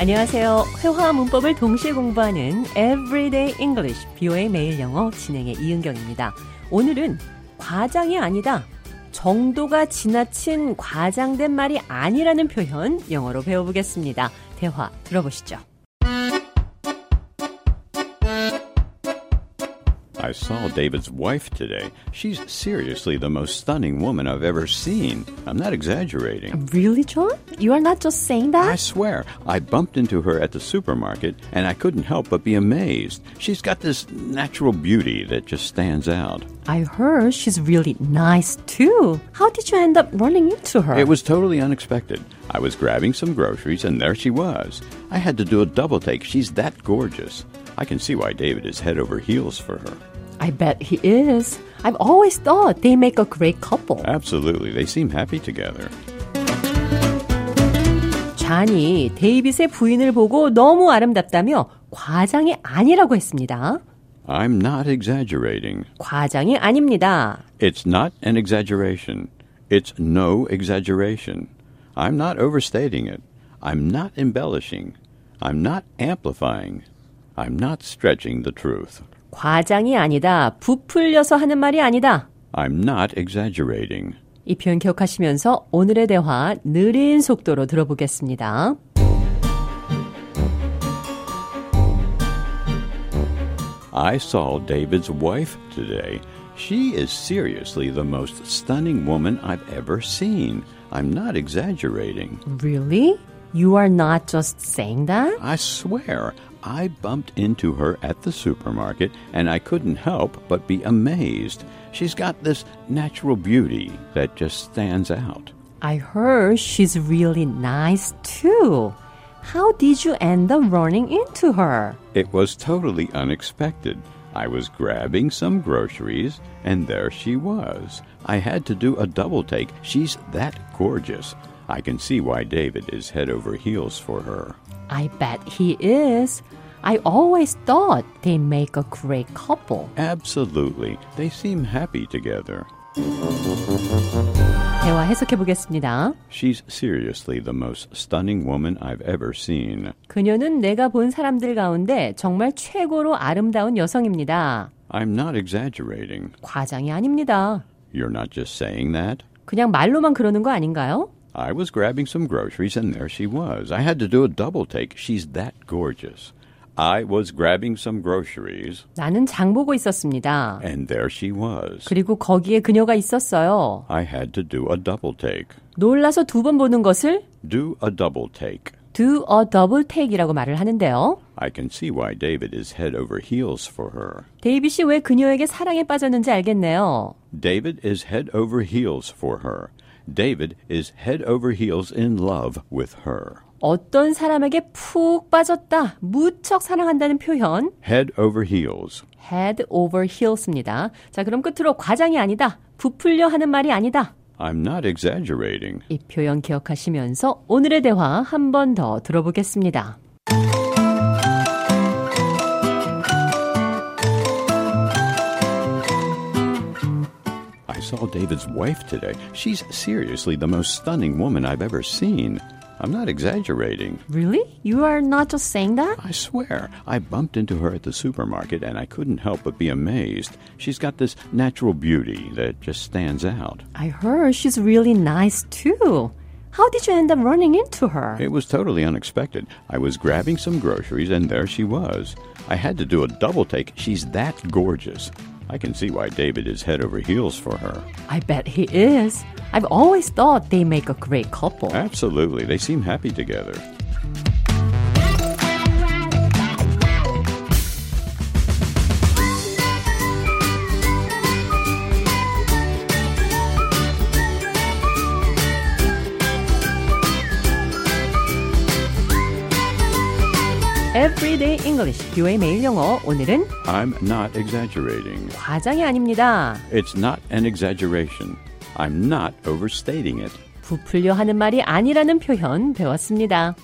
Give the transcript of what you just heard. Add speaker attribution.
Speaker 1: 안녕하세요. 회화 문법을 동시에 공부하는 Everyday English, BO의 매일 영어 진행의 이은경입니다. 오늘은 과장이 아니다. 정도가 지나친 과장된 말이 아니라는 표현 영어로 배워보겠습니다. 대화 들어보시죠.
Speaker 2: I saw David's wife today. She's seriously the most stunning woman I've ever seen. I'm not exaggerating.
Speaker 1: Really, John? You are not just saying
Speaker 2: I swear, I bumped into her at the supermarket and I couldn't help but be amazed. She's got this natural beauty that just stands out.
Speaker 1: I heard she's really nice too. How did you end up running into her?
Speaker 2: It was totally unexpected. I was grabbing some groceries and there she was. I had to do a double take. She's that gorgeous. I can see why David is head over heels for her.
Speaker 1: I bet he is. I've always thought they make a great couple.
Speaker 2: Absolutely, they seem happy together.
Speaker 1: 잔이 데이빗의 부인을 보고 너무 아름답다며 과장이 아니라고 했습니다.
Speaker 2: I'm not exaggerating.
Speaker 1: 과장이 아닙니다.
Speaker 2: It's not an exaggeration. It's no exaggeration. I'm not overstating it. I'm not embellishing. I'm not amplifying. I'm not stretching the truth.
Speaker 1: 과장이 아니다. 부풀려서 하는 말이 아니다.
Speaker 2: I'm not exaggerating.
Speaker 1: 이 표현 기억하시면서 오늘의 대화 느린 속도로 들어보겠습니다.
Speaker 2: I saw David's wife today. She is seriously the most stunning woman I've ever seen. I'm not exaggerating.
Speaker 1: Really? You are not just saying that?
Speaker 2: I swear, I bumped into her at the supermarket and I couldn't help but be amazed. She's got this natural beauty that just stands out.
Speaker 1: I heard she's really nice too. How did you end up running into her?
Speaker 2: It was totally unexpected. I was grabbing some groceries and there she was. I had to do a double take. She's that gorgeous. I can see why David is head over heels for her.
Speaker 1: I bet he is. I always thought they make a great couple.
Speaker 2: Absolutely. They seem happy together.
Speaker 1: 대화 해석해 보겠습니다.
Speaker 2: She's seriously the most stunning woman I've ever seen.
Speaker 1: 그녀는 내가 본 사람들 가운데 정말 최고로 아름다운 여성입니다.
Speaker 2: I'm not exaggerating.
Speaker 1: 과장이 아닙니다.
Speaker 2: You're not just saying that.
Speaker 1: 그냥 말로만 그러는 거 아닌가요?
Speaker 2: I was grabbing some groceries and there she was. I had to do a double take. She's that gorgeous. I was grabbing some groceries
Speaker 1: 나는 장 보고 있었습니다.
Speaker 2: and there she was.
Speaker 1: 그리고 거기에 그녀가 있었어요.
Speaker 2: I had to do a double take.
Speaker 1: 놀라서 두 번 보는 것을
Speaker 2: Do a double take.
Speaker 1: do a double take이라고 말을 하는데요.
Speaker 2: I can see why David is head over heels for her.
Speaker 1: 데이빗이 왜 그녀에게 사랑에 빠졌는지 알겠네요.
Speaker 2: David is head over heels for her. David is head over heels in love with her.
Speaker 1: 어떤 사람에게 푹 빠졌다, 무척 사랑한다는 표현
Speaker 2: Head over heels.
Speaker 1: head over heels입니다. 자, 그럼 끝으로 과장이 아니다, 부풀려 하는 말이 아니다.
Speaker 2: I'm not exaggerating.
Speaker 1: 이 표현 기억하시면서 오늘의 대화 한 번 더 들어보겠습니다.
Speaker 2: I saw David's wife today. She's seriously the most stunning woman I've ever seen. I'm not exaggerating.
Speaker 1: Really? You are not just saying that?
Speaker 2: I swear, I bumped into her at the supermarket and I couldn't help but be amazed. She's got this natural beauty that just stands out.
Speaker 1: I heard she's really nice too. How did you end up running into her?
Speaker 2: It was totally unexpected. I was grabbing some groceries and there she was. I had to do a double take. She's that gorgeous. I can see why David is head over heels for her.
Speaker 1: I bet he is. I've always thought they make a great couple.
Speaker 2: Absolutely, they seem happy together.
Speaker 1: Everyday English, 뷰의 매일 영어. 오늘은
Speaker 2: I'm not exaggerating.
Speaker 1: 과장이 아닙니다.
Speaker 2: It's not an exaggeration. I'm not overstating it.
Speaker 1: 부풀려 하는 말이 아니라는 표현 배웠습니다.